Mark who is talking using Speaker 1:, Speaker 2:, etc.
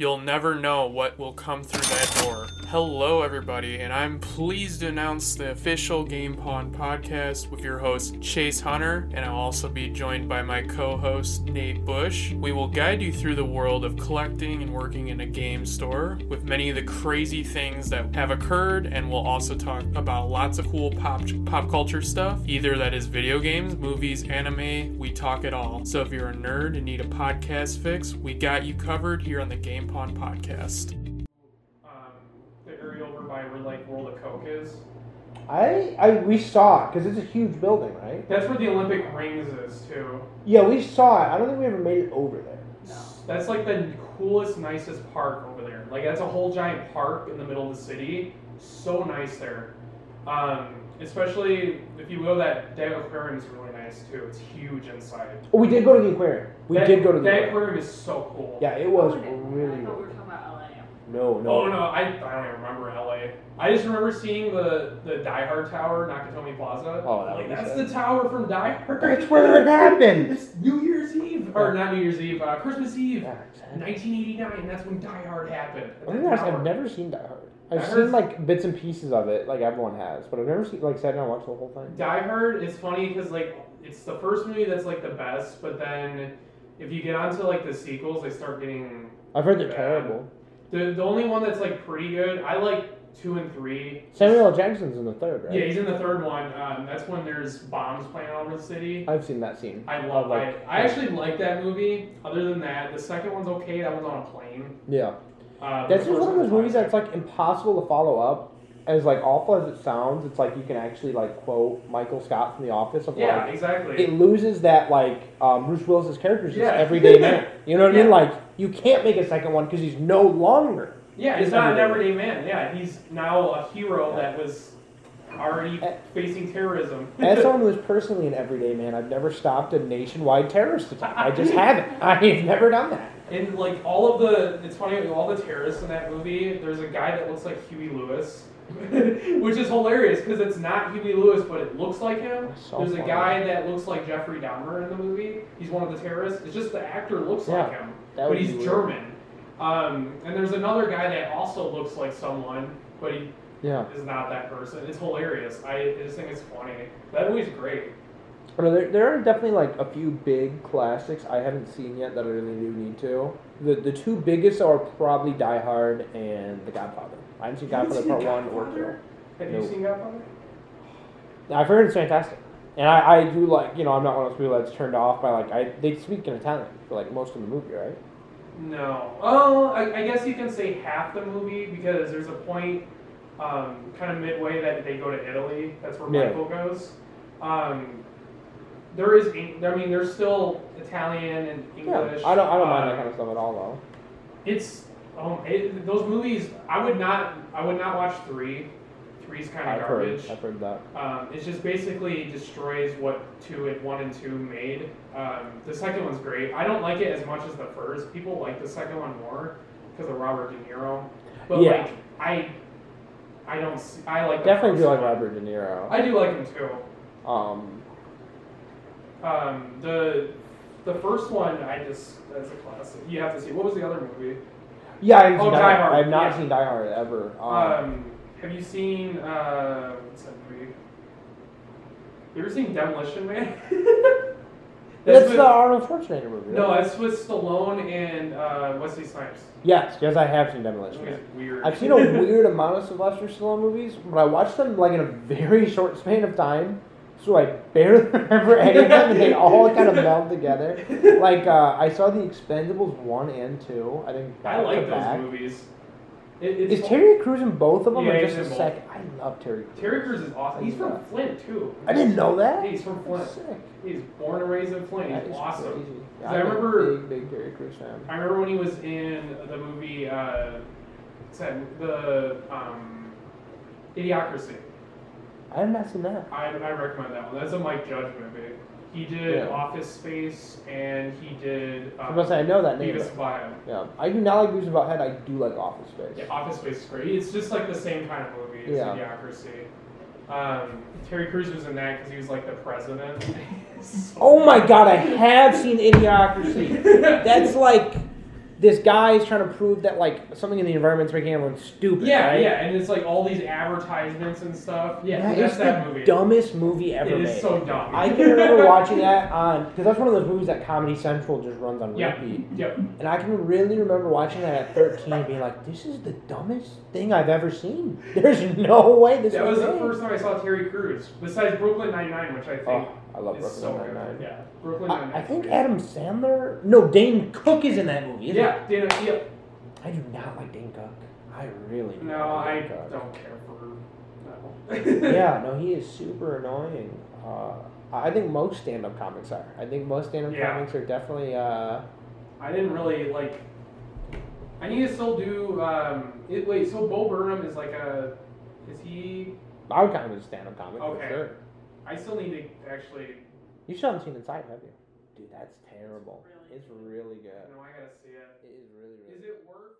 Speaker 1: You'll never know what will come through that door. Hello, everybody, and I'm pleased to announce the official Game Pawn podcast with your host, Chase Hunter, and I'll also be joined by my co host, Nate Bush. We will guide you through the world of collecting and working in a game store with many of the crazy things that have occurred, and we'll also talk about lots of cool pop, pop culture stuff, either that is video games, movies, anime, we talk it all. So if you're a nerd and need a podcast fix, we got you covered here on the Game Pawn Podcast. Um, the area over by where like World of Coke is.
Speaker 2: I, I we saw it because it's a huge building, right?
Speaker 1: That's where the Olympic rings is too.
Speaker 2: Yeah, we saw it. I don't think we ever made it over there.
Speaker 1: That's like the coolest, nicest park over there. Like that's a whole giant park in the middle of the city. So nice there. Um, especially if you go that that aquarium is really nice too. It's huge inside.
Speaker 2: Oh, we did go to the aquarium. We
Speaker 1: That-
Speaker 2: did go to the
Speaker 1: that
Speaker 2: aquarium.
Speaker 1: aquarium is so cool.
Speaker 2: Yeah, it was
Speaker 3: Oh, okay.
Speaker 2: really
Speaker 3: I thought we were talking about LA.
Speaker 2: no no.
Speaker 1: Oh no, I, I don't even remember LA. I just remember seeing the the Die Hard Tower, Nakatomi Plaza.
Speaker 2: Oh, that
Speaker 1: like
Speaker 2: was
Speaker 1: that's
Speaker 2: it.
Speaker 1: the tower from Die Hard.
Speaker 2: That's where it happened.
Speaker 1: It's New Year's Eve or not New Year's Eve, uh, Christmas Eve,
Speaker 2: Yeah, exactly.
Speaker 1: 1989. That's when Die Hard happened.
Speaker 2: I'm gonna be honest, I've never seen Die Hard. I've
Speaker 1: Die
Speaker 2: seen
Speaker 1: Hard's-
Speaker 2: like bits and pieces of it, like everyone has, but I've never seen like sat down and watched the whole thing.
Speaker 1: Die Hard is funny because like it's the first movie that's like the best, but then if you get onto like the sequels, they start getting
Speaker 2: I've heard they're
Speaker 1: Yeah.
Speaker 2: terrible.
Speaker 1: the the only one that's like pretty good. I like two and three.
Speaker 2: Samuel L. Jackson's in the third, right?
Speaker 1: Yeah, he's in the third one. Um, that's when there's bombs playing all over the city.
Speaker 2: I've seen that scene.
Speaker 1: I love
Speaker 2: Like-
Speaker 1: it. I actually like that movie. Other than that, the second one's okay. That one's on a plane.
Speaker 2: Yeah,
Speaker 1: Uh,
Speaker 2: that's
Speaker 1: the
Speaker 2: just
Speaker 1: first
Speaker 2: one of those
Speaker 1: one's
Speaker 2: movies
Speaker 1: fine.
Speaker 2: that's like impossible to follow up. As like awful as it sounds, it's like you can actually like quote Michael Scott from The Office of
Speaker 1: yeah,
Speaker 2: like
Speaker 1: exactly.
Speaker 2: it loses that like um, Bruce Willis's character is just
Speaker 1: Yeah.
Speaker 2: everyday man. You know what I mean?
Speaker 1: Yeah.
Speaker 2: Like you can't make a second one because he's no longer.
Speaker 1: yeah, he's
Speaker 2: it's
Speaker 1: not an
Speaker 2: everyday.
Speaker 1: everyday man. Yeah, he's now a hero that was already
Speaker 2: Eh.
Speaker 1: facing terrorism.
Speaker 2: As someone who is personally an everyday man, I've never stopped a nationwide terrorist attack. I just haven't. I've never done that.
Speaker 1: And like all of the, it's funny all the terrorists in that movie. There's a guy that looks like Huey Lewis, which is hilarious because it's not Huey Lewis, but it looks like him.
Speaker 2: That's so
Speaker 1: there's a
Speaker 2: funny.
Speaker 1: guy that looks like Jeffrey Dahmer in the movie. He's one of the terrorists. It's just the actor looks like
Speaker 2: Yeah,
Speaker 1: him,
Speaker 2: that
Speaker 1: but
Speaker 2: would
Speaker 1: he's
Speaker 2: be weird.
Speaker 1: German. Um, and there's another guy that also looks like someone, but he
Speaker 2: Yeah.
Speaker 1: is not that person. It's hilarious. I I just think it's funny. That movie's great.
Speaker 2: But there, there are definitely like a few big classics I haven't seen yet that I really do need to. The the two biggest are probably Die Hard and The Godfather. I haven't seen
Speaker 1: You haven't
Speaker 2: Godfather
Speaker 1: seen
Speaker 2: Part
Speaker 1: The
Speaker 2: One or Two.
Speaker 1: Godfather? Have
Speaker 2: Nope.
Speaker 1: you seen Godfather?
Speaker 2: I've heard it's fantastic, and I, I do like you know I'm not one of those people that's turned off by like I they speak in Italian for like most of the movie, right?
Speaker 1: No. Oh, I, I guess you can say half the movie because there's a point um, kind of midway that they go to Italy. That's where
Speaker 2: Yeah.
Speaker 1: Michael goes. Um, there is, Eng- I mean, there's still Italian and English.
Speaker 2: Yeah, I don't I don't mind
Speaker 1: uh,
Speaker 2: that kind of stuff at all though.
Speaker 1: It's um, it, those movies. I would not. I would not watch three. Three's kind
Speaker 2: I've
Speaker 1: of
Speaker 2: heard
Speaker 1: garbage.
Speaker 2: I've heard that.
Speaker 1: Um, it just basically destroys what two and one and two made. Um, the second one's great. I don't like it as much as the first. People like the second one more because of Robert De Niro. But
Speaker 2: Yeah.
Speaker 1: like I, I don't. See, I like the
Speaker 2: Definitely
Speaker 1: first
Speaker 2: do like
Speaker 1: one.
Speaker 2: Robert De Niro.
Speaker 1: I do like him too.
Speaker 2: Um,
Speaker 1: Um, the the first one I just that's a classic. You have to see. What was the other movie?
Speaker 2: yeah, I've,
Speaker 1: Oh,
Speaker 2: Die
Speaker 1: Die
Speaker 2: Hard.
Speaker 1: Hard,
Speaker 2: I've not
Speaker 1: yeah.
Speaker 2: seen Die Hard ever. Um,
Speaker 1: Um, have you seen uh, what's that movie? You ever seen Demolition Man?
Speaker 2: that's
Speaker 1: with-
Speaker 2: the Arnold Schwarzenegger movie.
Speaker 1: No,
Speaker 2: right?
Speaker 1: it's with Stallone and uh, Wesley Snipes.
Speaker 2: Yes, yes, I have seen Demolition Man.
Speaker 1: It's weird.
Speaker 2: I've seen a weird amount of Sylvester Stallone movies, but I watched them like in a very short span of time, so I barely remember any of them, and they all kind of meld together. Like uh, I saw the Expendables one and two. I think back
Speaker 1: I like
Speaker 2: to
Speaker 1: those
Speaker 2: back.
Speaker 1: movies. It, it's
Speaker 2: Is Terry Crews in both of them,
Speaker 1: Yeah,
Speaker 2: or
Speaker 1: he's
Speaker 2: just a
Speaker 1: in both.
Speaker 2: second? I love Terry. Crews.
Speaker 1: Terry Crews is awesome. He's from Flint too.
Speaker 2: I didn't know that.
Speaker 1: Yeah, he's from Flint.
Speaker 2: Sick.
Speaker 1: He's born and raised in Flint.
Speaker 2: That
Speaker 1: He's
Speaker 2: is
Speaker 1: awesome.
Speaker 2: crazy.
Speaker 1: I
Speaker 2: I'm a
Speaker 1: remember-
Speaker 2: big, big Terry Crews fan.
Speaker 1: I remember when he was in the movie. Uh, what's that? The um, Idiocracy.
Speaker 2: I have not seen that.
Speaker 1: I, I recommend that one. That's a Mike Judge movie. He did
Speaker 2: Yeah.
Speaker 1: Office Space and he did.
Speaker 2: I
Speaker 1: Um,
Speaker 2: was gonna say I know that name.
Speaker 1: League of
Speaker 2: but-
Speaker 1: Survive.
Speaker 2: Yeah, I do not like Goose About Head. I do like Office Space.
Speaker 1: Yeah, Office Space is great. It's just like the same kind of movie. It's
Speaker 2: Yeah.
Speaker 1: Idiocracy. Um, Terry Crews was in that because he was like the president. So-
Speaker 2: Oh my god, I have seen Idiocracy. That's like this guy is trying to prove that like something in the environment's making everyone stupid.
Speaker 1: Yeah,
Speaker 2: right?
Speaker 1: yeah, and it's like all these advertisements and stuff. Yeah,
Speaker 2: That
Speaker 1: that's
Speaker 2: is
Speaker 1: that
Speaker 2: the
Speaker 1: movie.
Speaker 2: dumbest movie
Speaker 1: It
Speaker 2: ever
Speaker 1: is
Speaker 2: made.
Speaker 1: so dumb.
Speaker 2: I can remember watching that on because that's one of those movies that Comedy Central just runs on
Speaker 1: Yeah.
Speaker 2: repeat.
Speaker 1: Yep.
Speaker 2: And I can really remember watching that at 13 and being like, "This is the dumbest thing I've ever seen. There's no way this
Speaker 1: That was the
Speaker 2: made."
Speaker 1: first time I saw Terry Crews, besides Brooklyn Nine-Nine, which I think
Speaker 2: Oh, I love
Speaker 1: is
Speaker 2: Brooklyn
Speaker 1: so
Speaker 2: Nine
Speaker 1: good.
Speaker 2: Nine.
Speaker 1: Yeah, Brooklyn Nine-Nine.
Speaker 2: I, I think Adam Sandler. No, Dane Cook is in that movie. isn't
Speaker 1: Yeah, Dana, yeah.
Speaker 2: he? I do not like Dane Cook. I really. do
Speaker 1: No,
Speaker 2: not like
Speaker 1: I
Speaker 2: Dane Cook.
Speaker 1: don't care for no.
Speaker 2: Oh yeah, no, he is super annoying. Uh, I think most stand-up comics are. I think most stand-up
Speaker 1: Yeah.
Speaker 2: comics are definitely. Uh,
Speaker 1: I didn't really like. I need to still do. Um, it, wait, so Bo Burnham is like a. Is he?
Speaker 2: I would count him as a stand-up comic
Speaker 1: Okay.
Speaker 2: for sure.
Speaker 1: I still need to actually.
Speaker 2: You still haven't seen Inside, have you? Dude, that's terrible.
Speaker 4: Really?
Speaker 2: It's really good.
Speaker 1: No, I gotta see it.
Speaker 2: It is really, really.
Speaker 1: Is it worth?